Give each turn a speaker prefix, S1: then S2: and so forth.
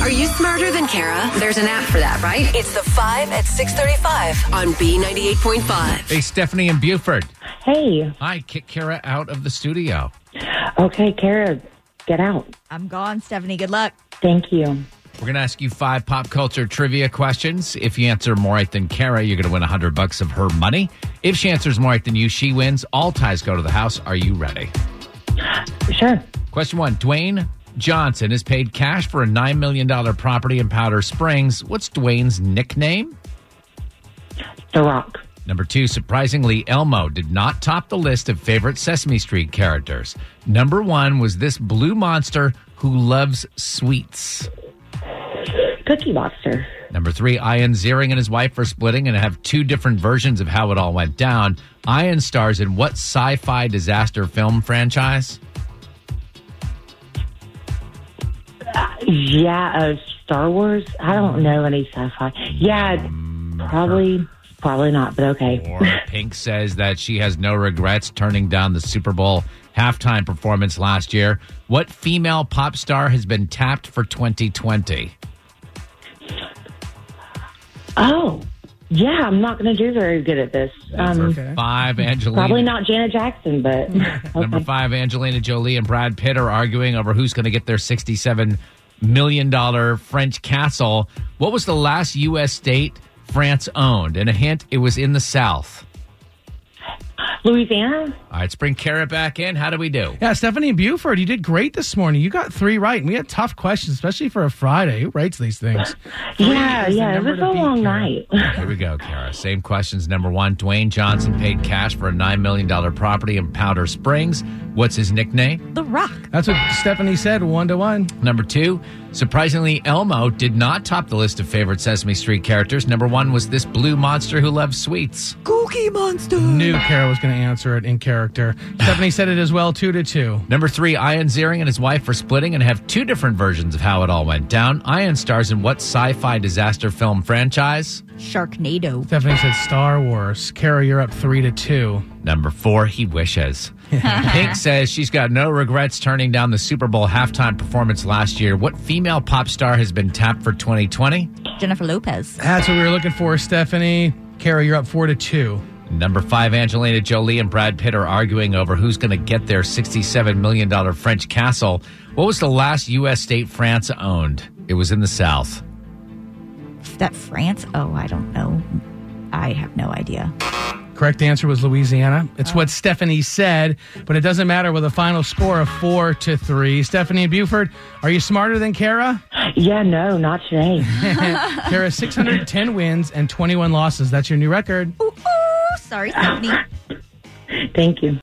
S1: Are you smarter than Kara? There's an app for that, right?
S2: It's the 5 at 635.
S1: On B98.5.
S3: Hey, Stephanie and Buford.
S4: Hey,
S3: Hi, kick Kara out of the studio.
S4: okay, Kara, get out.
S5: I'm gone, Stephanie. Good luck.
S4: Thank you.
S3: We're going to ask you five pop culture trivia questions. If you answer more right than Kara, you're going to win 100 bucks of her money. If she answers more right than you, she wins. All ties go to the house. Are you ready?
S4: Sure.
S3: Question one Dwayne Johnson is paid cash for a $9 million property in Powder Springs. What's Dwayne's nickname?
S4: The Rock.
S3: Number two, surprisingly, Elmo did not top the list of favorite Sesame Street characters. Number one was this blue monster who loves sweets.
S4: Cookie Monster.
S3: Number three, Ian Ziering and his wife are splitting and have two different versions of how it all went down. Ian stars in what sci fi disaster film franchise?
S4: Yeah, uh, Star Wars. I don't know any sci-fi. Yeah, probably, probably not. But okay.
S3: Or Pink says that she has no regrets turning down the Super Bowl halftime performance last year. What female pop star has been tapped for 2020?
S4: Oh, yeah, I'm not going to do very good at this. Um,
S3: Five, Angelina.
S4: Probably not Janet Jackson, but Oh,
S3: Number five, Angelina Jolie and Brad Pitt are arguing over who's going to get their $67 million French castle. What was the last U.S. state France owned? And a hint, it was in the South.
S4: Louisiana.
S3: All right, let's bring Kara back in. How do we do?
S6: Yeah, Stephanie and Buford, you did great this morning. You got three right, and we had tough questions, especially for a Friday. Who writes these things?
S4: Yeah,
S6: is the
S4: yeah, it
S6: number
S4: was
S6: to
S4: a
S6: beat,
S4: long
S6: Kara.
S4: night.
S3: Here we go, Kara. Same questions. Number one, Dwayne Johnson paid cash for a $9 million property in Powder Springs. What's his nickname?
S5: The Rock.
S6: That's what Stephanie said, one to one.
S3: Number two, surprisingly, Elmo did not top the list of favorite Sesame Street characters. Number one was this blue monster who loves sweets.
S5: Cookie Monster.
S6: Knew Kara was going to answer it in character. Stephanie said it as well, two to two.
S3: Number three, Ian Ziering and his wife are splitting and have two different versions of how it all went down. Ian stars in what sci fi disaster film franchise?
S5: Sharknado.
S6: Stephanie said Star Wars. Kara, you're up three to two.
S3: Number four, he wishes. Pink says she's got no regrets turning down the Super Bowl halftime performance last year. What female pop star has been tapped for 2020?
S5: Jennifer Lopez.
S6: That's what we were looking for, Stephanie. Kara, you're up four to two.
S3: Number five, Angelina Jolie and Brad Pitt are arguing over who's going to get their $67 million French castle. What was the last U.S. state France owned? It was in the South.
S5: Is that France? Oh, I don't know. I have no idea.
S6: Correct answer was Louisiana. It's what Stephanie said, but it doesn't matter with a final score of four to three. Stephanie and Buford, are you smarter than Kara?
S4: Yeah, no, not today.
S6: Kara, 610 wins and 21 losses. That's your new record.
S5: Ooh, ooh. Sorry, Stephanie.
S4: Thank you.